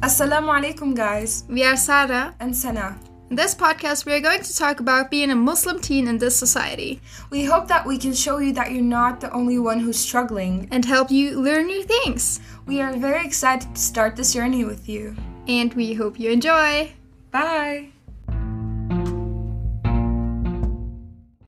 Assalamu alaikum, guys, We are Sara. and Sana. In this podcast, we are going to talk about being a Muslim teen in this society We hope that we can show you that you're not the only one who's struggling. and help you learn new things. We are very excited to start this journey with you. And we hope you enjoy. Bye!